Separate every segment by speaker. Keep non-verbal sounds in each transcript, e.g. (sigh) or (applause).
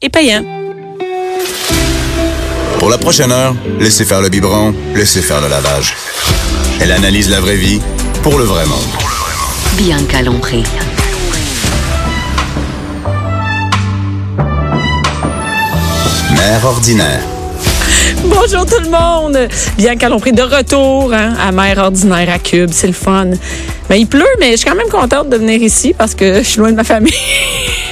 Speaker 1: et payant.
Speaker 2: Pour la prochaine heure, laissez faire le biberon, laissez faire le lavage. Elle analyse la vraie vie pour le vrai monde.
Speaker 3: Bianca Lompré.
Speaker 2: Mère ordinaire.
Speaker 1: Bonjour tout le monde! Bien Lompré de retour hein, à Mère Ordinaire à Cube, c'est le fun. Mais il pleut, mais je suis quand même contente de venir ici parce que je suis loin de ma famille.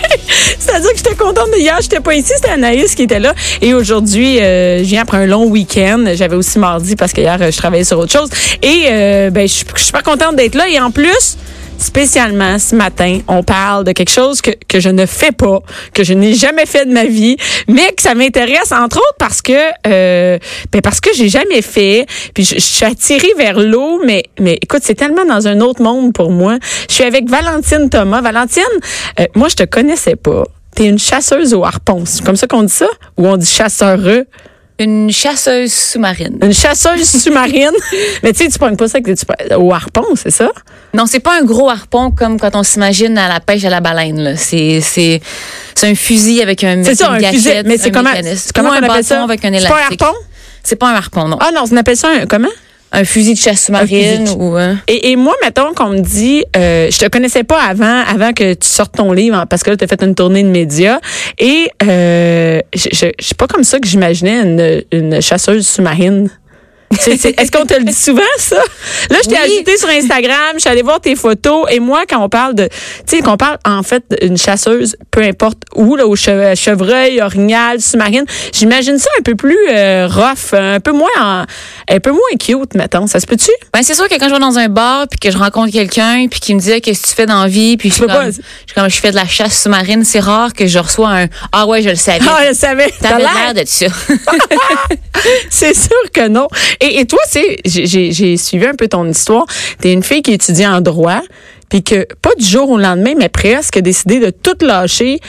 Speaker 1: (laughs) C'est-à-dire que j'étais contente de hier, j'étais pas ici, c'était Anaïs qui était là. Et aujourd'hui, euh, je viens après un long week-end. J'avais aussi mardi parce que hier, euh, je travaillais sur autre chose. Et euh, ben, je suis je suis pas contente d'être là. Et en plus, spécialement ce matin, on parle de quelque chose que, que je ne fais pas, que je n'ai jamais fait de ma vie, mais que ça m'intéresse entre autres parce que euh, ben parce que j'ai jamais fait, puis je, je suis attirée vers l'eau, mais mais écoute, c'est tellement dans un autre monde pour moi. Je suis avec Valentine Thomas. Valentine, euh, moi je te connaissais pas. T'es une chasseuse au harpon, c'est comme ça qu'on dit ça ou on dit chasseureux?
Speaker 4: Une chasseuse sous-marine.
Speaker 1: Une chasseuse (laughs) sous-marine. mais tu sais, tu prends pas ça que tu pognes- au harpon, c'est ça?
Speaker 4: Non, c'est pas un gros harpon comme quand on s'imagine à la pêche à la baleine. là. C'est c'est c'est un fusil avec un
Speaker 1: C'est ça,
Speaker 4: une
Speaker 1: un
Speaker 4: gâchette,
Speaker 1: fusil. Mais c'est
Speaker 4: un
Speaker 1: comment,
Speaker 4: mécanisme.
Speaker 1: comment
Speaker 4: Ou
Speaker 1: on
Speaker 4: un
Speaker 1: appelle
Speaker 4: bâton
Speaker 1: ça?
Speaker 4: avec un
Speaker 1: C'est pas un
Speaker 4: élastique.
Speaker 1: harpon?
Speaker 4: C'est pas un harpon, non.
Speaker 1: Ah non, on appelle ça un, comment?
Speaker 4: Un fusil de chasse
Speaker 1: Un
Speaker 4: sous-marine
Speaker 1: fusil de-
Speaker 4: ou euh, un.
Speaker 1: Et, et moi, mettons qu'on me dit, euh, je te connaissais pas avant, avant que tu sortes ton livre, hein, parce que là, tu as fait une tournée de médias. Et euh, je je- je suis pas comme ça que j'imaginais une, une chasseuse sous-marine. C'est- c'est- Est-ce qu'on te le dit souvent, ça? Là, je t'ai
Speaker 4: Oui.
Speaker 1: ajouté sur Instagram, je suis allée voir tes photos. Et moi, quand on parle de. Tu sais, qu'on parle, en fait, d'une chasseuse, peu importe où, là, au che- chevreuil, orignal, sous-marine, j'imagine ça un peu plus euh, rough, un peu moins en- un peu moins cute, mettons. Ça se peut-tu?
Speaker 4: Ben, c'est sûr que quand je vais dans un bar puis que je rencontre quelqu'un puis qu'il me dit qu'est-ce que tu fais dans la vie puis je suis
Speaker 1: peux
Speaker 4: comme,
Speaker 1: pas-
Speaker 4: je suis comme, je fais de la chasse sous-marine, c'est rare que je reçois un ah ouais, je le savais. (laughs)
Speaker 1: Ah, je savais. T'as
Speaker 4: T'avais
Speaker 1: l'air.
Speaker 4: l'air de ça.
Speaker 1: (laughs) C'est sûr que non. Et, et toi, c'est, j'ai- j'ai j'ai suivi un peu ton histoire. T'es une fille qui étudie en droit, puis que pas du jour au lendemain, mais presque, a décidé de tout lâcher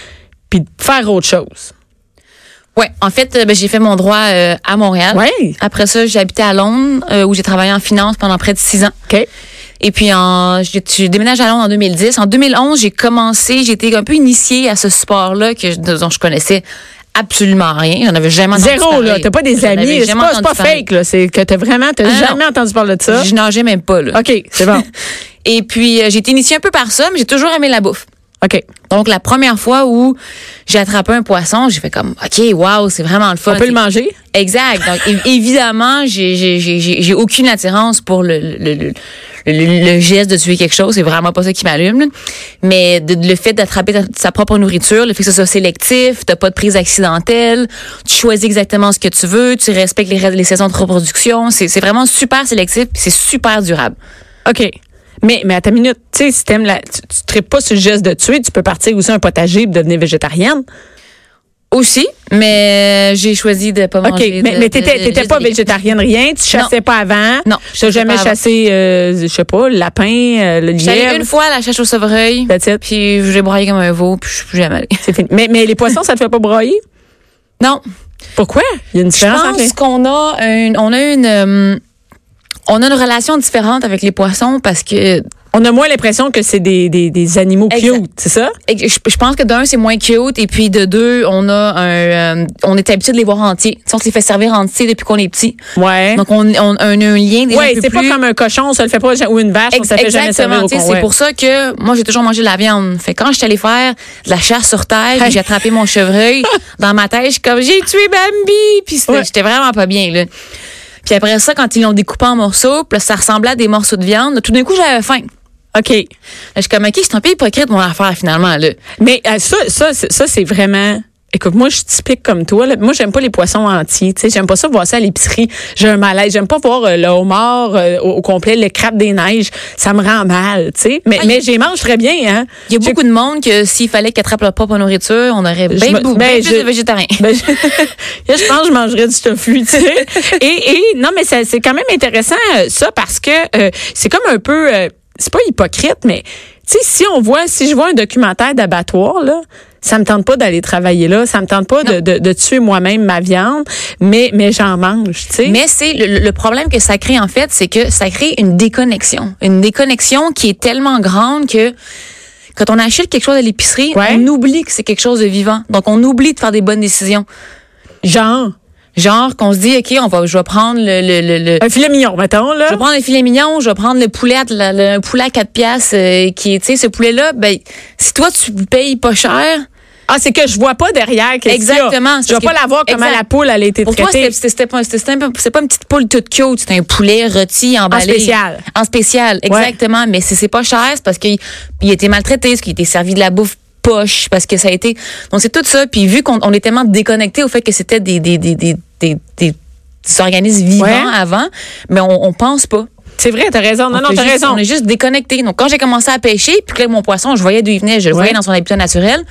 Speaker 1: puis de faire autre chose.
Speaker 4: Ouais, en fait, euh, ben, j'ai fait mon droit euh, à Montréal.
Speaker 1: Ouais.
Speaker 4: Après ça, j'ai habité à Londres euh, où j'ai travaillé en finance pendant près de six ans.
Speaker 1: Ok.
Speaker 4: Et puis, en, j'ai j'ai déménagé à Londres en 2010. En 2011, j'ai commencé, j'ai été un peu initiée à ce sport-là que je- dont je connaissais absolument rien. J'en avais jamais entendu
Speaker 1: Zéro,
Speaker 4: parler.
Speaker 1: là. T'as pas des
Speaker 4: J'en avais
Speaker 1: amis. C'est
Speaker 4: jamais
Speaker 1: pas, c'est
Speaker 4: entendu
Speaker 1: pas
Speaker 4: parler.
Speaker 1: fake, là. C'est que t'as vraiment, t'as
Speaker 4: Ah, non.
Speaker 1: jamais entendu parler de ça.
Speaker 4: Je nageais même pas, là.
Speaker 1: OK, c'est
Speaker 4: (laughs)
Speaker 1: bon.
Speaker 4: Et puis, euh, j'ai été initiée un peu par ça, mais j'ai toujours aimé la bouffe.
Speaker 1: OK.
Speaker 4: Donc, la première fois où j'ai attrapé un poisson, j'ai fait comme, OK, wow, c'est vraiment le fun.
Speaker 1: On peut le
Speaker 4: C'est-
Speaker 1: manger?
Speaker 4: Exact. Donc, é- évidemment, j'ai- j'ai- j'ai j'ai- j'ai aucune attirance pour le, le, le, le- le geste de tuer quelque chose. C'est vraiment pas ça qui m'allume. là. Mais de- de- le fait d'attraper ta- sa propre nourriture, le fait que ce soit sélectif, t'as pas de prise accidentelle, tu choisis exactement ce que tu veux, tu respectes les, ra- les saisons de reproduction. C'est c'est vraiment super sélectif puis c'est super durable.
Speaker 1: OK. Mais, mais à ta minute, tu sais, si t'aimes la, tu, tu tripes pas sur le geste de tuer, tu peux partir aussi un potager et devenir végétarienne.
Speaker 4: Aussi, mais j'ai choisi de pas
Speaker 1: OK,
Speaker 4: manger.
Speaker 1: mais,
Speaker 4: de-
Speaker 1: mais
Speaker 4: de-
Speaker 1: t'étais,
Speaker 4: de-
Speaker 1: t'étais
Speaker 4: de-
Speaker 1: pas
Speaker 4: de-
Speaker 1: végétarienne, rien. Tu chassais pas avant.
Speaker 4: Non, je
Speaker 1: T'as
Speaker 4: chassais
Speaker 1: jamais
Speaker 4: pas avant.
Speaker 1: chassé, euh, je sais pas, le lapin, euh, le
Speaker 4: J'allais
Speaker 1: lièvre.
Speaker 4: une fois à la chasse au sevreuil,
Speaker 1: That's it.
Speaker 4: puis je l'ai broyé comme un veau, puis je suis plus jamais allée.
Speaker 1: C'est fini. Mais, mais les poissons, ça te fait pas broyer?
Speaker 4: Non,
Speaker 1: Pourquoi? Il y a une
Speaker 4: Je
Speaker 1: différence entre les...
Speaker 4: pense qu'on a une, on a une, euh, on a une relation différente avec les poissons parce que euh,
Speaker 1: On a moins l'impression que c'est des, des, des animaux
Speaker 4: Exact.
Speaker 1: cute, c'est ça?
Speaker 4: et que je, je pense que d'un c'est moins cute et puis de deux on a un, euh, on est habitué de les voir entiers. Tu sais, on se les fait servir entiers depuis qu'on est petit.
Speaker 1: Ouais.
Speaker 4: Donc on, on a un, un lien déjà
Speaker 1: ouais,
Speaker 4: un peu
Speaker 1: c'est pas
Speaker 4: plus-
Speaker 1: comme un cochon, on se le fait pas, ou une vache, on
Speaker 4: Ex-
Speaker 1: se la fait jamais servir
Speaker 4: Exactement,
Speaker 1: au
Speaker 4: tu sais,
Speaker 1: con.
Speaker 4: c'est
Speaker 1: ouais.
Speaker 4: pour ça que moi j'ai toujours mangé de la viande. Fait que quand je suis allée faire de la chasse sur terre, puis j'ai attrapé
Speaker 1: (laughs)
Speaker 4: mon chevreuil dans ma tête, je suis comme j'ai tué Bambi, puis c'était-
Speaker 1: Ouais.
Speaker 4: j'étais vraiment pas bien là. Puis après ça, quand ils l'ont découpé en morceaux, puis là, ça ressemblait à des morceaux de viande. Tout d'un coup, j'avais faim.
Speaker 1: OK.
Speaker 4: Là, Je suis comme, OK, c'est un peu hypocrite mon affaire, finalement. Là.
Speaker 1: Mais euh, ça, ça, c'est- ça c'est vraiment. Écoute, moi, je suis typique comme toi. là. Moi, j'aime pas les poissons entiers. Tu sais, j'aime pas ça voir ça à l'épicerie. J'ai un malaise. J'aime pas voir euh, le homard euh, au, au complet, le crabe des neiges. Ça me rend mal, tu sais. Mais,
Speaker 4: Ah,
Speaker 1: mais
Speaker 4: il-
Speaker 1: j'y mange très bien, hein.
Speaker 4: Il y a
Speaker 1: J'ai-
Speaker 4: beaucoup de monde que s'il fallait qu'ils attrapent leur propre nourriture, on aurait
Speaker 1: Je
Speaker 4: bien,
Speaker 1: me-
Speaker 4: beaucoup-
Speaker 1: ben,
Speaker 4: bien plus
Speaker 1: je-
Speaker 4: de végétariens.
Speaker 1: Ben, je, (laughs) là, je pense que je mangerais du tofu, tu sais. Et, et non, mais ça- c'est quand même intéressant, euh, ça, parce que euh, c'est comme un peu. euh, c'est pas hypocrite, mais tu sais, si on voit, si je vois un documentaire d'abattoir, là. Ça me tente pas d'aller travailler là, ça me tente pas de, de, de tuer moi-même ma viande, mais mais j'en mange, tu sais.
Speaker 4: (laughs) Mais c'est le, le problème que ça crée en fait, c'est que ça crée une déconnexion, une déconnexion qui est tellement grande que Quand on achète quelque chose à l'épicerie,
Speaker 1: Ouais.
Speaker 4: on oublie que c'est quelque chose de vivant. Donc, on oublie de faire des bonnes décisions.
Speaker 1: Genre,
Speaker 4: Genre qu'on se dit, OK, on va, je vais prendre le, le, le, le-
Speaker 1: un filet mignon, mettons, là.
Speaker 4: je vais prendre le filet mignon, je vais prendre le poulet, à- la- le- un poulet à 4 piastres euh, qui est, tu sais, ce poulet-là, ben, si toi, tu le payes pas cher,
Speaker 1: Ah, c'est que je vois pas derrière qu'est-ce qu'il y a.
Speaker 4: Exactement, c'est
Speaker 1: Je vais pas
Speaker 4: parce que-
Speaker 1: la voir comment
Speaker 4: Exact.
Speaker 1: la poule, elle a été
Speaker 4: Pour toi,
Speaker 1: traitée.
Speaker 4: c'était- c'était c'était pas, c'était un peu- c'est pas une petite poule toute cute, c'est un poulet rôti, emballé.
Speaker 1: spécial.
Speaker 4: En spécial, exactement. Mais si c'est pas cher, c'est parce qu'il il a été maltraité, parce qu'il a été servi de la bouffe poche, parce que ça a été. Donc c'est tout ça. Puis vu qu'on on est tellement déconnecté au fait que c'était des des, des, des, des, des- des organismes vivants
Speaker 1: Ouais.
Speaker 4: avant, mais on, on pense pas.
Speaker 1: C'est vrai, t'as raison. Non,
Speaker 4: On
Speaker 1: non,
Speaker 4: fait
Speaker 1: t'as
Speaker 4: juste-
Speaker 1: raison.
Speaker 4: On est juste déconnecté. Donc, quand j'ai commencé à pêcher, puis que là, mon poisson, je voyais d'où il venait, je le voyais
Speaker 1: Ouais.
Speaker 4: dans son habitat naturel.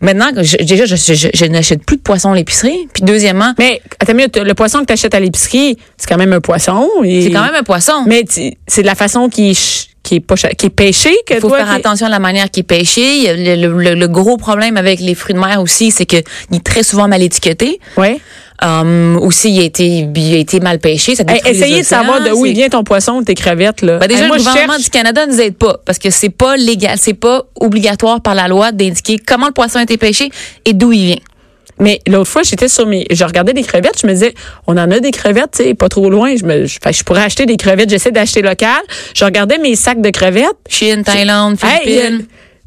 Speaker 4: Maintenant, que je- déjà, je, je- je- je n'achète plus de poisson à l'épicerie. Puis, deuxièmement,
Speaker 1: Mais, attends une minute, le poisson que t'achètes à l'épicerie, c'est quand même un poisson. et-
Speaker 4: c'est quand même un poisson.
Speaker 1: Mais tu- c'est de la façon qui est, ch- qui est, pas ch- qui est pêché que
Speaker 4: il faut
Speaker 1: toi,
Speaker 4: faire
Speaker 1: qui-
Speaker 4: attention à la manière qu'il est pêché. Il y a Le, le- le- le gros problème avec les fruits de mer aussi, c'est qu'il est très souvent mal étiqueté.
Speaker 1: Ouais.
Speaker 4: Hum, aussi, il a, été, il a été mal pêché. Ça
Speaker 1: Hey,
Speaker 4: détruit les
Speaker 1: Eh, essayez de
Speaker 4: océans,
Speaker 1: savoir de où
Speaker 4: c'est-
Speaker 1: il vient ton poisson ou tes crevettes, là.
Speaker 4: Ben, déjà,
Speaker 1: Hey, moi,
Speaker 4: le
Speaker 1: je
Speaker 4: gouvernement
Speaker 1: cherche.
Speaker 4: du Canada ne nous aide pas parce que c'est pas légal, c'est pas obligatoire par la loi d'indiquer comment le poisson a été pêché et d'où il vient.
Speaker 1: Mais l'autre fois, j'étais sur mes. Je regardais des crevettes, je me disais, on en a des crevettes, tu sais, pas trop loin. Je, me, je, fait que je pourrais acheter des crevettes, j'essaie d'acheter local. Je regardais mes sacs de crevettes.
Speaker 4: Chine, Thaïlande,
Speaker 1: Hey, il y a-
Speaker 4: Philippines.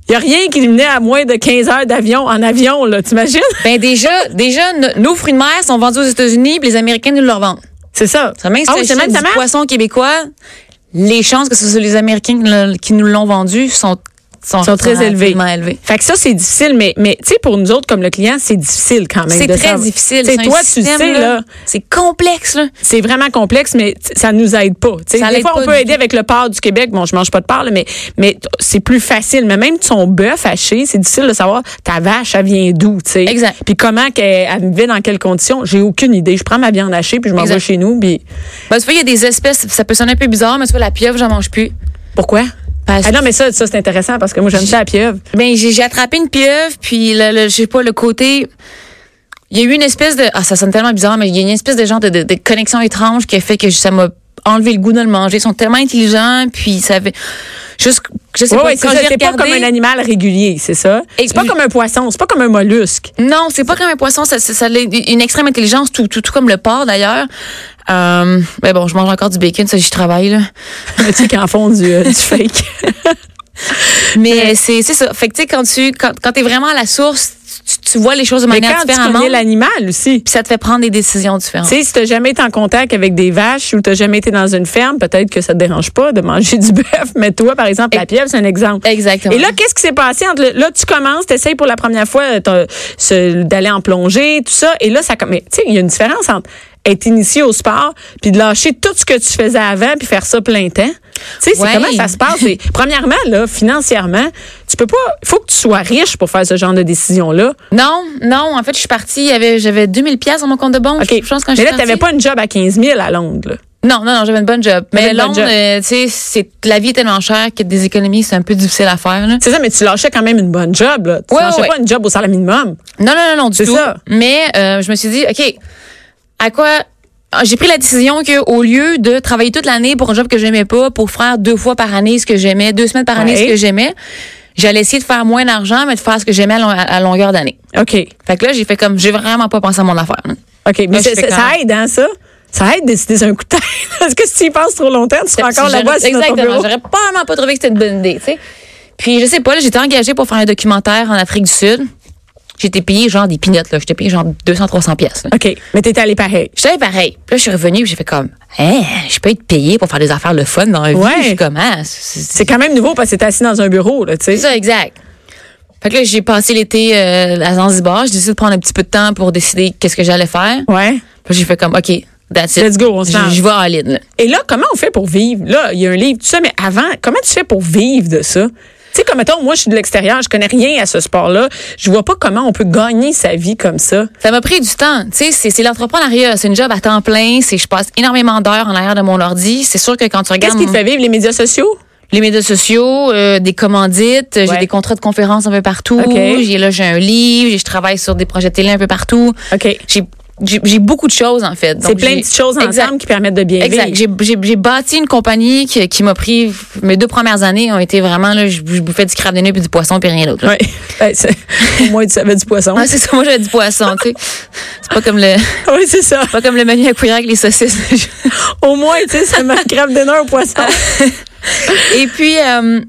Speaker 1: il y a rien qui venait à moins de 15 heures d'avion en avion, là, t'imagines?
Speaker 4: ben déjà, déjà, no- nos fruits de mer sont vendus aux États-Unis, puis les Américains nous le revendent.
Speaker 1: C'est ça.
Speaker 4: Ça même si
Speaker 1: Ah
Speaker 4: tu
Speaker 1: oui, c'est
Speaker 4: achètes
Speaker 1: même ça
Speaker 4: du
Speaker 1: marche?
Speaker 4: poisson québécois, les chances que ce soit les Américains qui le- qui nous l'ont vendu sont sont,
Speaker 1: Sont très élevées.
Speaker 4: relativement élevées.
Speaker 1: Fait que ça, c'est difficile, mais, mais tu sais, pour nous autres, comme le client, c'est difficile quand même.
Speaker 4: C'est
Speaker 1: de
Speaker 4: très
Speaker 1: savoir.
Speaker 4: difficile.
Speaker 1: Tu sais,
Speaker 4: C'est un
Speaker 1: toi,
Speaker 4: système,
Speaker 1: tu sais, là,
Speaker 4: C'est complexe, là.
Speaker 1: c'est vraiment complexe, mais t- ça nous aide pas. Tu sais,
Speaker 4: Ça
Speaker 1: des
Speaker 4: l'aide
Speaker 1: fois,
Speaker 4: pas
Speaker 1: on peut
Speaker 4: du
Speaker 1: aider avec le porc du Québec. Bon, je mange pas de porc, là, mais, mais t- c'est plus facile. Mais même son bœuf haché, c'est difficile de savoir ta vache, elle vient d'où, tu sais.
Speaker 4: Exact.
Speaker 1: Puis comment qu'elle elle vivait, dans quelles conditions. J'ai aucune idée. Je prends ma viande hachée, puis je m'en
Speaker 4: Exact.
Speaker 1: vais chez nous, puis
Speaker 4: Ben, tu vois, il y a des espèces, ça peut sonner un peu bizarre, mais tu vois, la pieuvre, j'en mange plus.
Speaker 1: pourquoi?
Speaker 4: Parce
Speaker 1: Ah non,
Speaker 4: que-
Speaker 1: mais ça, ça c'est intéressant parce que moi, j'aime ça la pieuvre.
Speaker 4: Ben j'ai j'ai attrapé une pieuvre, puis le, le- je sais pas le côté. Il y a eu une espèce de ah ça sonne tellement bizarre, mais il y a eu une espèce de genre de, de- de connexion étrange qui a fait que ça m'a enlevé le goût de le manger. Ils sont tellement intelligents, puis ça avait juste je sais
Speaker 1: Ouais,
Speaker 4: pas
Speaker 1: ouais, c'est
Speaker 4: quand
Speaker 1: ça.
Speaker 4: j'ai
Speaker 1: C'est pas
Speaker 4: regardé-
Speaker 1: comme un animal régulier, c'est ça?
Speaker 4: Et-
Speaker 1: C'est pas comme un poisson, c'est pas comme un mollusque.
Speaker 4: Non, c'est pas comme un poisson, ça, ça, ça a une extrême intelligence, tout, tout, tout comme le porc d'ailleurs. Euh, ben bon, je mange encore du bacon, ça j'y travaille là.
Speaker 1: tu sais, qui en font du, euh, du
Speaker 4: (laughs)
Speaker 1: fake.
Speaker 4: Mais c'est c'est ça. Fait que tu sais quand tu quand, quand t'es vraiment à la source, tu, tu vois les choses de
Speaker 1: Mais
Speaker 4: manière
Speaker 1: quand tu
Speaker 4: différente,
Speaker 1: connais
Speaker 4: puis
Speaker 1: l'animal aussi.
Speaker 4: ça te fait prendre des décisions différentes.
Speaker 1: Tu sais, si t'as jamais été en contact avec des vaches ou t'as jamais été dans une ferme, peut-être que ça te dérange pas de manger du bœuf. Mais toi, par exemple, la pieuvre, c'est un exemple.
Speaker 4: Exactement.
Speaker 1: Et là, qu'est-ce qui s'est passé entre le- là, tu commences, t'essayes pour la première fois euh, t'as- ce- d'aller en plongée, tout ça, et là, ça comme, mais, tu sais, il y a une différence entre être initié au sport puis de lâcher tout ce que tu faisais avant puis faire ça plein temps. Tu sais, c'est
Speaker 4: Ouais.
Speaker 1: comment ça se passe.
Speaker 4: (laughs)
Speaker 1: C'est- premièrement, là, financièrement, tu peux pas, faut que tu sois riche pour faire ce genre de décision là.
Speaker 4: Non, non, en fait, je suis partie, il y avait- j'avais 2000 pièces dans mon compte de banque.
Speaker 1: Ok.
Speaker 4: Je pense quand
Speaker 1: mais là,
Speaker 4: j'étais
Speaker 1: t'avais pas
Speaker 4: partie.
Speaker 1: une job à 15 000 à Londres. là.
Speaker 4: Non, non, non, j'avais une bonne job.
Speaker 1: T'avais
Speaker 4: Mais
Speaker 1: une bonne
Speaker 4: Londres,
Speaker 1: job.
Speaker 4: euh, tu sais, c'est la vie est tellement chère que des économies, c'est un peu difficile à faire là.
Speaker 1: C'est ça, mais tu lâchais quand même une bonne job. Là. Tu
Speaker 4: Ouais,
Speaker 1: lâchais
Speaker 4: ouais.
Speaker 1: pas une job au salaire minimum.
Speaker 4: Non, non, non, non, du
Speaker 1: C'est
Speaker 4: tout.
Speaker 1: ça.
Speaker 4: Mais euh, je me suis dit, OK, à quoi. ah, J'ai pris la décision que au lieu de travailler toute l'année pour un job que j'aimais pas, pour faire deux fois par année ce que j'aimais, deux semaines par année
Speaker 1: Ouais.
Speaker 4: ce que j'aimais, j'allais essayer de faire moins d'argent, mais de faire ce que j'aimais à, long- à longueur d'année.
Speaker 1: OK.
Speaker 4: Fait que là, j'ai fait comme, j'ai vraiment pas pensé à mon affaire. là.
Speaker 1: OK. Mais
Speaker 4: je
Speaker 1: c'est-
Speaker 4: fais
Speaker 1: c'est-
Speaker 4: quand
Speaker 1: ça
Speaker 4: même.
Speaker 1: aide, hein, ça? Ça aide de décider d'un coup de tête. (laughs) Parce que si tu y passes trop longtemps, tu seras encore
Speaker 4: J'aurais-
Speaker 1: là-bas sur ton
Speaker 4: Exactement.
Speaker 1: bureau.
Speaker 4: J'aurais probablement pas trouvé que c'était une bonne idée, tu sais. Puis je sais pas, là, j'étais engagée pour faire un documentaire en Afrique du Sud. J'étais payée genre des pinottes, là. J'étais payée genre 200, 300 pièces.
Speaker 1: OK. Mais t'es allé pareil.
Speaker 4: J'étais pareil. Puis là, je suis revenue puis j'ai fait comme, hein, je peux être payée pour faire des affaires le fun dans la vie.
Speaker 1: Ouais.
Speaker 4: Je suis comme, ah, c'est c'est-
Speaker 1: C'est quand même nouveau parce que t'es assis dans un bureau, là, tu
Speaker 4: c'est
Speaker 1: sais.
Speaker 4: ça, exact. Fait que là, j'ai passé l'été euh, à Zanzibar. J'ai décidé de prendre un petit peu de temps pour décider qu'est-ce que j'allais faire.
Speaker 1: Ouais.
Speaker 4: Puis j'ai fait comme, OK, that's it.
Speaker 1: Let's go, on se
Speaker 4: Je-
Speaker 1: lance.
Speaker 4: Je vais en ligne, là.
Speaker 1: Et là, comment on fait pour vivre? Là, il y a un livre, tout ça, mais avant, comment tu fais pour vivre de ça? Tu sais, comme mettons, moi, je suis de l'extérieur, je connais rien à ce sport-là. Je vois pas comment on peut gagner sa vie comme ça.
Speaker 4: Ça m'a pris du temps. Tu sais, c'est, c'est l'entrepreneuriat. C'est une job à temps plein. C'est, je passe énormément d'heures en arrière de mon ordi. C'est sûr que quand tu
Speaker 1: Qu'est-ce
Speaker 4: regardes
Speaker 1: qui te
Speaker 4: mon-
Speaker 1: fait vivre? Les médias sociaux?
Speaker 4: les médias sociaux, euh, des commandites,
Speaker 1: Ouais.
Speaker 4: euh, j'ai des contrats de conférences un peu partout.
Speaker 1: Ok.
Speaker 4: J'ai, là, j'ai un livre, j'ai- je travaille sur des projets télé un peu partout.
Speaker 1: OK.
Speaker 4: J'ai j'ai j'ai beaucoup de choses, en fait.
Speaker 1: C'est
Speaker 4: Donc,
Speaker 1: plein de
Speaker 4: j'ai-
Speaker 1: petites choses ensemble
Speaker 4: Exact.
Speaker 1: qui permettent de bien
Speaker 4: Exact.
Speaker 1: vivre.
Speaker 4: J'ai- J'ai j'ai bâti une compagnie qui, qui m'a pris. Mes deux premières années ont été vraiment là. Je, je bouffais du crabe de nez puis du poisson puis rien d'autre. là.
Speaker 1: Ouais. (laughs) Ben,
Speaker 4: (laughs)
Speaker 1: c'est- au moins, tu savais du poisson.
Speaker 4: Ouais, c'est ça. Moi, j'avais du poisson, tu sais. C'est pas comme le,
Speaker 1: oui, c'est ça.
Speaker 4: pas comme le menu à cuillère avec les saucisses.
Speaker 1: Au moins, tu sais, ça m'a
Speaker 4: (laughs)
Speaker 1: grave donné un poisson.
Speaker 4: Ah, Et puis, euh,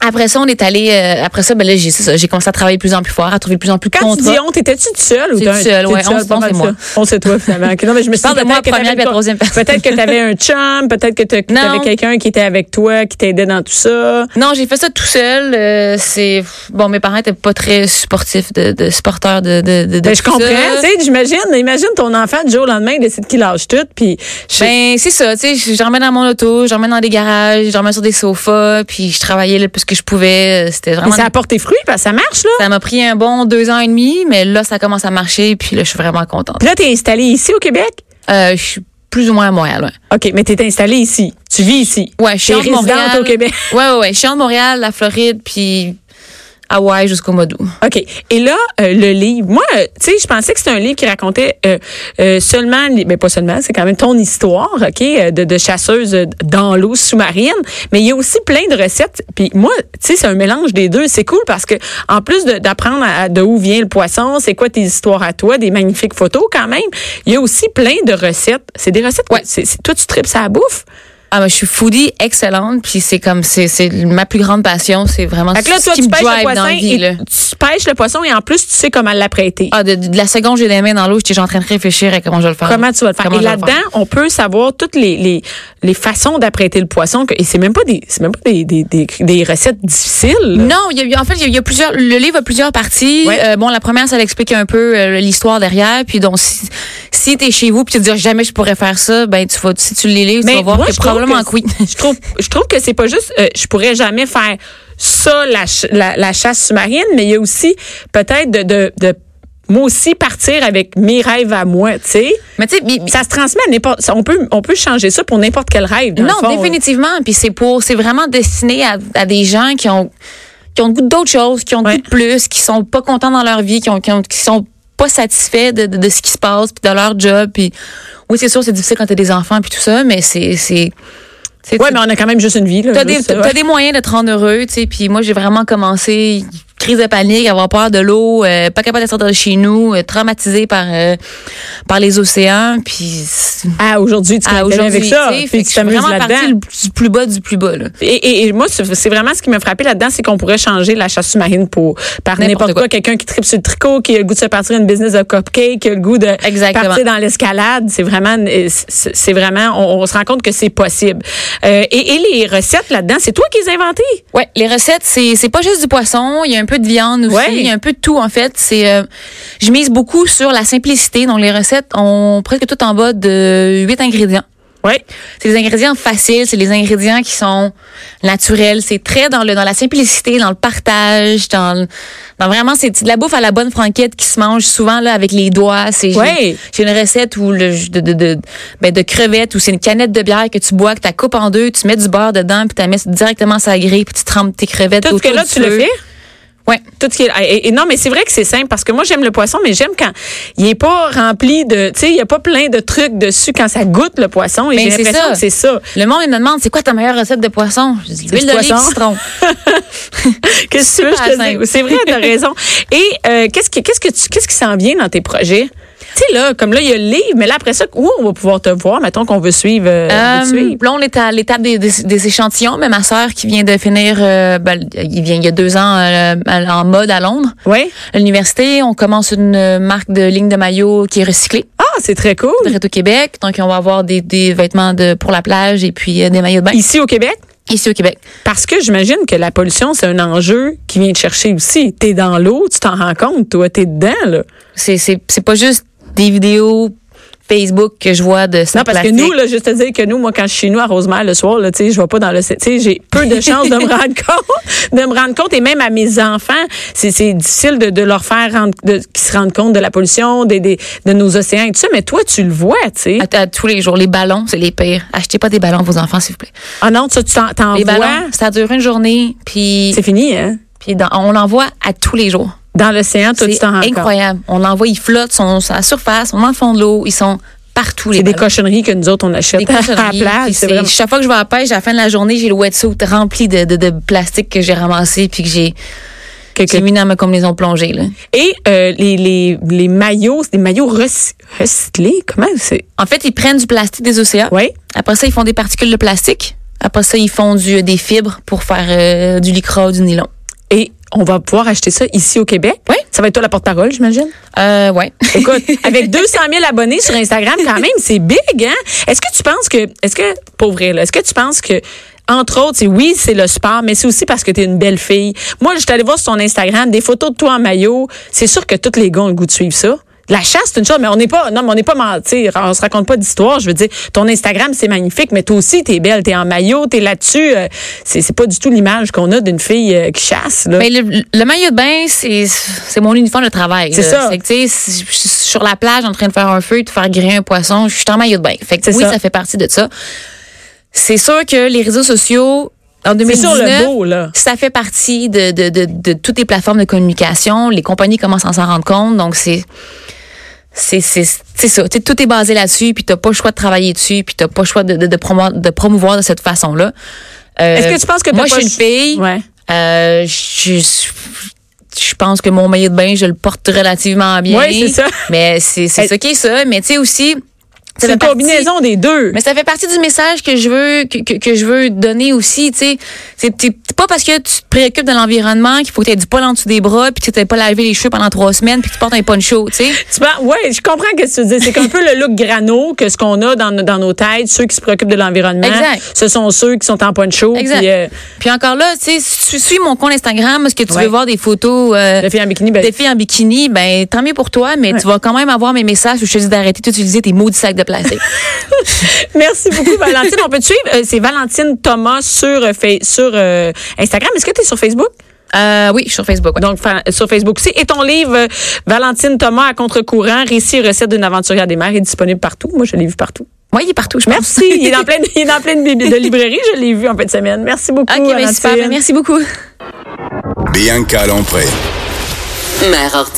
Speaker 4: après ça, on est allé. euh, après ça, ben là, j'ai c'est ça, j'ai commencé à travailler de plus en plus fort, à trouver de plus en plus de
Speaker 1: Quand tu
Speaker 4: contrats.
Speaker 1: dis on, t'étais-tu toute seule ou
Speaker 4: C'est
Speaker 1: t'as un-
Speaker 4: toute seule,
Speaker 1: t'es
Speaker 4: ouais. On se-
Speaker 1: pas
Speaker 4: on,
Speaker 1: mal
Speaker 4: c'est moi.
Speaker 1: seule? (laughs) On sait toi, finalement. Ok, Non, mais je me suis
Speaker 4: parle
Speaker 1: dit,
Speaker 4: de moi
Speaker 1: peut-être
Speaker 4: en
Speaker 1: que
Speaker 4: première
Speaker 1: t'avais
Speaker 4: puis à
Speaker 1: pas-
Speaker 4: troisième personne.
Speaker 1: Peut-être que t'avais un chum, peut-être que t'as- que t'avais
Speaker 4: Non.
Speaker 1: quelqu'un qui était avec toi, qui t'aidait dans tout ça. Ben,
Speaker 4: Non, j'ai fait ça tout seul. euh, c'est bon, mes parents étaient pas très supportifs de, de supporters de de de. de
Speaker 1: Ben, je
Speaker 4: tout ça.
Speaker 1: comprends, tu sais, j'imagine, imagine ton enfant du jour au lendemain, il décide qu'il lâche tout, puis je-
Speaker 4: Ben, c'est ça, tu sais, je je dormais dans mon auto, je dormais dans des garages, je dormais sur des sofas, puis je travaillais le plus que je pouvais. euh, C'était
Speaker 1: mais
Speaker 4: vraiment...
Speaker 1: ça apporte tes fruits, parce que ça marche, là.
Speaker 4: Ça m'a pris un bon deux ans et demi, mais là, ça commence à marcher, puis là, je suis vraiment contente.
Speaker 1: Puis là, t'es installé ici au Québec?
Speaker 4: Euh, je suis plus ou moins à Montréal, ouais.
Speaker 1: OK, mais t'es installé ici. Tu vis ici.
Speaker 4: Ouais, je suis
Speaker 1: T'es
Speaker 4: entre
Speaker 1: résidente
Speaker 4: Montréal.
Speaker 1: au Québec.
Speaker 4: (laughs) Ouais, ouais, ouais, je suis entre Montréal, la Floride, puis Hawaï jusqu'au mois d'août.
Speaker 1: OK. Et là, euh, le livre. Moi, euh, tu sais, je pensais que c'était un livre qui racontait euh, euh, seulement, les- mais pas seulement, c'est quand même ton histoire, OK, euh, de, de chasseuse euh, dans l'eau sous-marine. Mais il y a aussi plein de recettes. Puis moi, tu sais, c'est un mélange des deux. C'est cool parce que en plus de- d'apprendre à- à- de où vient le poisson, c'est quoi tes histoires à toi, des magnifiques photos quand même. Il y a aussi plein de recettes. C'est des recettes. que-
Speaker 4: Ouais.
Speaker 1: c'est- c'est- toi, tu tripes ça à bouffe.
Speaker 4: Ah, mais je suis foodie excellente, puis c'est comme, c'est c'est ma plus grande passion, c'est vraiment
Speaker 1: Fait que là,
Speaker 4: ce
Speaker 1: toi,
Speaker 4: qui
Speaker 1: tu
Speaker 4: me
Speaker 1: pêches le
Speaker 4: drive dans
Speaker 1: poisson
Speaker 4: la vie,
Speaker 1: et
Speaker 4: là.
Speaker 1: tu pêches le poisson et en plus, tu sais comment l'apprêter.
Speaker 4: Ah, de, de la seconde j'ai les mains dans l'eau, j'étais genre en train de réfléchir à comment je vais le faire.
Speaker 1: Comment tu vas le faire?
Speaker 4: Comment
Speaker 1: et
Speaker 4: je vais le
Speaker 1: là-dedans, on peut savoir toutes les, les, les façons d'apprêter le poisson. que- et c'est même pas des, c'est même pas des, des, des, des recettes difficiles. là.
Speaker 4: Non, il y a- en fait, il y, a- il y a plusieurs. Le livre a plusieurs parties.
Speaker 1: Ouais.
Speaker 4: Euh, bon, la première, ça l'explique un peu euh, l'histoire derrière. Puis donc, si, si t'es chez vous, puis tu te dis jamais je pourrais faire ça, ben tu vas, si tu les lis, tu vas voir
Speaker 1: moi,
Speaker 4: que
Speaker 1: je trouve
Speaker 4: probablement
Speaker 1: que
Speaker 4: que oui.
Speaker 1: (laughs) Je trouve, je trouve que c'est pas juste, euh, je pourrais jamais faire ça, la, ch- la, la chasse sous-marine, mais il y a aussi peut-être de, de, de, moi aussi partir avec mes rêves à moi, tu sais.
Speaker 4: (laughs) Mais tu sais, bi- bi-
Speaker 1: Ça se transmet à n'importe, ça- on peut, on peut changer ça pour n'importe quel rêve. dans le
Speaker 4: non,
Speaker 1: fond, là.
Speaker 4: définitivement. Puis c'est pour, c'est vraiment destiné à, à des gens qui ont qui ont le goût d'autres choses, qui ont le
Speaker 1: Ouais.
Speaker 4: goût de plus, qui sont pas contents dans leur vie, qui ont qui, ont- qui sont pas satisfaits de, de, de ce qui se passe, puis de leur job. Puis oui, c'est sûr, c'est difficile quand t'as des enfants puis tout ça, mais c'est c'est c'est-
Speaker 1: Ouais, mais on a quand même juste une vie, là.
Speaker 4: T'as
Speaker 1: juste,
Speaker 4: des, t'as
Speaker 1: ouais.
Speaker 4: des moyens de te rendre heureux, tu sais. Puis moi, j'ai vraiment commencé crise de panique, avoir peur de l'eau, euh, pas capable de sortir de chez nous, euh, traumatisée par euh, par les océans. Puis c'est-
Speaker 1: Ah, aujourd'hui, tu
Speaker 4: à
Speaker 1: t'es avec
Speaker 4: aujourd'hui,
Speaker 1: ça.
Speaker 4: tu sais, fait
Speaker 1: Puis
Speaker 4: que je
Speaker 1: tu
Speaker 4: suis
Speaker 1: t'amuses
Speaker 4: vraiment partie
Speaker 1: là-dedans.
Speaker 4: le- du plus bas du plus bas. Là.
Speaker 1: Et, et- et moi, c'est c'est vraiment ce qui m'a frappé là-dedans, c'est qu'on pourrait changer la chasse sous-marine pour par
Speaker 4: N'importe
Speaker 1: n'importe quoi.
Speaker 4: quoi.
Speaker 1: Quelqu'un qui tripe sur le tricot, qui a le goût de se partir une business de cupcake, qui a le goût de
Speaker 4: Exactement.
Speaker 1: partir dans l'escalade. C'est vraiment, euh, c'est c'est vraiment, on, on se rend compte que c'est possible. Euh, et, et les recettes là-dedans, c'est toi qui les as inventées.
Speaker 4: Ouais, les recettes, c'est c'est pas juste du poisson, il y a un peu de viande aussi,
Speaker 1: Ouais.
Speaker 4: il y a un peu de tout en fait. C'est euh, je mise beaucoup sur la simplicité. Donc les recettes ont presque tout en bas de huit ingrédients.
Speaker 1: Oui.
Speaker 4: C'est des ingrédients faciles, c'est les ingrédients qui sont naturels. C'est très dans le dans la simplicité, dans le partage, dans, le- dans vraiment c'est de la bouffe à la bonne franquette qui se mange souvent là avec les doigts. C'est j'ai-
Speaker 1: Ouais.
Speaker 4: j'ai une recette où le de de, de ben, de crevettes où c'est une canette de bière que tu bois, que tu coupes en deux, tu mets du beurre dedans puis tu mets directement ça grille puis tu trempes tes crevettes.
Speaker 1: Tout ce
Speaker 4: autour
Speaker 1: que là,
Speaker 4: du
Speaker 1: tu le
Speaker 4: feu.
Speaker 1: fais.
Speaker 4: Ouais.
Speaker 1: Tout ce qui est- et, et non, mais c'est vrai que c'est simple parce que moi j'aime le poisson, mais j'aime quand il est pas rempli de, tu sais, il y a pas plein de trucs dessus quand ça goûte le poisson. Et
Speaker 4: Ben,
Speaker 1: j'ai
Speaker 4: c'est
Speaker 1: l'impression
Speaker 4: ça.
Speaker 1: que c'est ça.
Speaker 4: Le monde il me demande c'est quoi ta meilleure recette de poisson Je dis l'huile
Speaker 1: du
Speaker 4: d'olive
Speaker 1: poisson.
Speaker 4: citron.
Speaker 1: Qu'est-ce que tu veux, je te
Speaker 4: Super
Speaker 1: dise?
Speaker 4: simple.
Speaker 1: C'est vrai,
Speaker 4: (laughs)
Speaker 1: t'as raison. Et euh, qu'est-ce qui, qu'est-ce que tu, qu'est-ce qui s'en vient dans tes projets? Tu sais là, comme là il y a le livre, mais là après ça, où on va pouvoir te voir, mettons qu'on veut suivre, euh, on veut te
Speaker 4: Euh,
Speaker 1: suivre.
Speaker 4: là, on est à l'étape des, des- des échantillons, mais ma sœur qui vient de finir, euh, ben, il vient il y a deux ans euh, en mode à Londres,
Speaker 1: Ouais.
Speaker 4: à l'université, on commence une euh, marque de ligne de maillot qui est recyclée,
Speaker 1: Ah, c'est très cool.
Speaker 4: de au Québec. Donc, on va avoir des, des vêtements de pour la plage et puis euh, des maillots de bain
Speaker 1: Ici au Québec,
Speaker 4: ici au Québec.
Speaker 1: parce que j'imagine que la pollution c'est un enjeu qui vient te chercher aussi. T'es dans l'eau, tu t'en rends compte, toi, t'es dedans là.
Speaker 4: C'est c'est c'est pas juste des vidéos Facebook que je vois de
Speaker 1: Non, parce que nous, là, juste te dire que nous, moi, quand je suis chez nous à Rosemère le soir, là, tu sais, je vais pas dans le, tu sais, j'ai peu de chances de
Speaker 4: (laughs)
Speaker 1: me rendre compte, de me rendre compte, et même à mes enfants, c'est, c'est difficile de, de leur faire rendre, de, qu'ils se rendent compte de la pollution, des, des, de nos océans et tout ça, mais toi, tu le vois, tu sais.
Speaker 4: à, à tous les jours, les ballons, c'est les pires. Achetez pas des ballons à vos enfants, s'il vous plaît.
Speaker 1: Ah non, ça, tu t'en, t'en
Speaker 4: Les
Speaker 1: vois,
Speaker 4: ballons, ça dure une journée, puis
Speaker 1: c'est fini, hein?
Speaker 4: puis dans- on l'envoie à tous les jours.
Speaker 1: dans l'océan, toi, tu
Speaker 4: C'est
Speaker 1: t'en rends compte.
Speaker 4: incroyable. On en voit, ils flottent, sont à la surface, on est dans le fond de l'eau, ils sont partout. les
Speaker 1: C'est des
Speaker 4: ballons.
Speaker 1: cochonneries que nous autres, on achète (laughs)
Speaker 4: Des
Speaker 1: à la
Speaker 4: cochonneries,
Speaker 1: plage. C'est
Speaker 4: puis c'est-
Speaker 1: vraiment-
Speaker 4: Chaque fois que je vais à la pêche, à la fin de la journée, j'ai le wetsuit rempli de, de, de plastique que j'ai ramassé puis que j'ai que j'ai mis dans ma combinaison de plongée. Là.
Speaker 1: Et euh, les, les, les maillots, c'est des maillots rec- recyclés. Comment c'est?
Speaker 4: En fait, ils prennent du plastique des océans.
Speaker 1: Oui.
Speaker 4: Après ça, ils font des particules de plastique. Après ça, ils font du, des fibres pour faire euh, du lycra, du nylon.
Speaker 1: Et on va pouvoir acheter ça ici au Québec.
Speaker 4: Oui.
Speaker 1: Ça va être toi la porte-parole, j'imagine?
Speaker 4: Euh, ouais.
Speaker 1: Écoute, avec 200 000 abonnés sur Instagram, quand même, c'est big, hein? Est-ce que tu penses que, est-ce que, pour vrai, là, est-ce que tu penses que, entre autres, c'est oui, c'est le sport, mais c'est aussi parce que t'es une belle fille. Moi, je suis allée voir sur ton Instagram des photos de toi en maillot. C'est sûr que tous les gars ont le goût de suivre ça. La chasse, c'est une chose, mais on n'est pas, non, mais on n'est pas mentir. On se raconte pas d'histoire. Je veux dire, ton Instagram, c'est magnifique, mais toi aussi, t'es belle, t'es en maillot, t'es là-dessus. euh, c'est, c'est pas du tout l'image qu'on a d'une fille euh, qui chasse, là.
Speaker 4: Mais Ben, le, le maillot de bain, c'est c'est mon uniforme de travail.
Speaker 1: C'est
Speaker 4: là.
Speaker 1: ça.
Speaker 4: Fait que, tu sais, si je suis sur la plage en train de faire un feu et de faire griller un poisson, je suis en maillot de bain. Fait que
Speaker 1: C'est
Speaker 4: oui,
Speaker 1: ça.
Speaker 4: ça. fait partie de ça. C'est sûr que les réseaux sociaux, en
Speaker 1: c'est sur
Speaker 4: 2019,
Speaker 1: le beau, là.
Speaker 4: ça fait partie de, de, de, de toutes les plateformes de communication. Les compagnies commencent à s'en rendre compte. Donc, c'est. C'est c'est- c'est ça. Tu sais, tout est basé là-dessus, puis t'as pas le choix de travailler dessus, puis t'as pas le choix de, de, de, promo- de promouvoir de cette façon-là. Euh,
Speaker 1: Est-ce que tu penses que t'as
Speaker 4: Moi,
Speaker 1: pas
Speaker 4: je suis une
Speaker 1: ch-
Speaker 4: fille.
Speaker 1: Ouais.
Speaker 4: Euh, je, je- je pense que mon maillot de bain, je le porte relativement bien.
Speaker 1: Ouais, c'est ça.
Speaker 4: Mais c'est c'est
Speaker 1: Elle-
Speaker 4: ça qui est ça. Mais tu sais aussi. ça
Speaker 1: C'est
Speaker 4: fait
Speaker 1: une
Speaker 4: partie-
Speaker 1: combinaison des deux.
Speaker 4: mais ça fait partie du message que je veux que, que, que je veux donner aussi, tu sais. C'est c'est pas parce que tu te préoccupes de l'environnement qu'il faut que tu du poil en dessous des bras puis que tu pas lavé les cheveux pendant trois semaines puis que tu portes un poncho, tu sais.
Speaker 1: Tu vois, ouais, je comprends ce que tu dis. C'est un peu le look grano que ce qu'on a dans, nos- dans nos têtes, ceux qui se préoccupent de l'environnement.
Speaker 4: Exact.
Speaker 1: Ce sont ceux qui sont en poncho.
Speaker 4: Exact.
Speaker 1: Puis, euh,
Speaker 4: Puis encore là, tu sais, si tu suis mon compte Instagram parce que tu
Speaker 1: Ouais.
Speaker 4: veux voir des photos euh,
Speaker 1: la fille en bikini, ben,
Speaker 4: des filles en bikini, ben tant mieux pour toi, mais tu vas quand même avoir mes messages où je te dis d'arrêter d'utiliser tes maudits sacs
Speaker 1: (laughs)
Speaker 4: de plastique.
Speaker 1: (laughs) merci beaucoup, Valentine. On peut te suivre. Euh, c'est Valentine Thomas sur, euh, Fa- sur euh, Instagram. Est-ce que tu es sur Facebook?
Speaker 4: euh, oui, je suis sur Facebook. ouais.
Speaker 1: Donc, fa- sur Facebook aussi. Et ton livre, euh, Valentine Thomas à contre-courant, récit et recette d'une aventurière des mers, est disponible partout. Moi, je l'ai vu partout.
Speaker 4: Moi, il est partout, je pense.
Speaker 1: Merci. il est dans plein, de- il est dans plein de, bib- de librairies. Je l'ai vu en fin de semaine. Merci beaucoup.
Speaker 4: OK, ben,
Speaker 1: Valentine.
Speaker 4: super. ben, merci beaucoup.
Speaker 2: Bianca Lompré.
Speaker 3: Mère ordinaire.